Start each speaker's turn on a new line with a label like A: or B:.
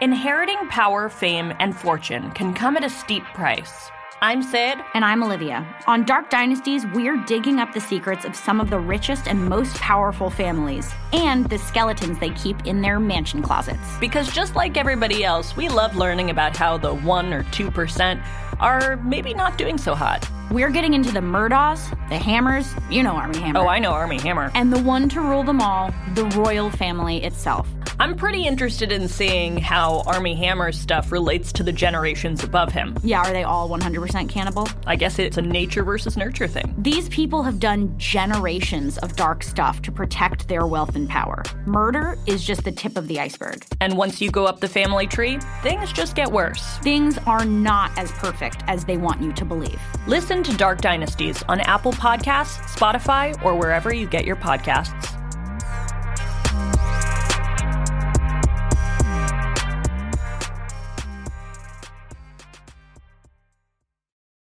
A: Inheriting power, fame, and fortune can come at a steep price. I'm Sid.
B: And I'm Olivia. On Dark Dynasties, we're digging up the secrets of some of the richest and most powerful families, and the skeletons they keep in their mansion closets.
A: Because just like everybody else, we love learning about how the 1 or 2% are maybe not doing so hot.
B: We're getting into the Murdaws, the Hammers, you know Army Hammer.
A: Oh, I know Army Hammer.
B: And the one to rule them all, the royal family itself.
A: I'm pretty interested in seeing how Army Hammer stuff relates to the generations above him.
B: Yeah, are they all 100% cannibal?
A: I guess it's a nature versus nurture thing.
B: These people have done generations of dark stuff to protect their wealth and power. Murder is just the tip of the iceberg.
A: And once you go up the family tree, things just get worse.
B: Things are not as perfect as they want you to believe.
A: Listen to Dark Dynasties on Apple Podcasts, Spotify, or wherever you get your podcasts.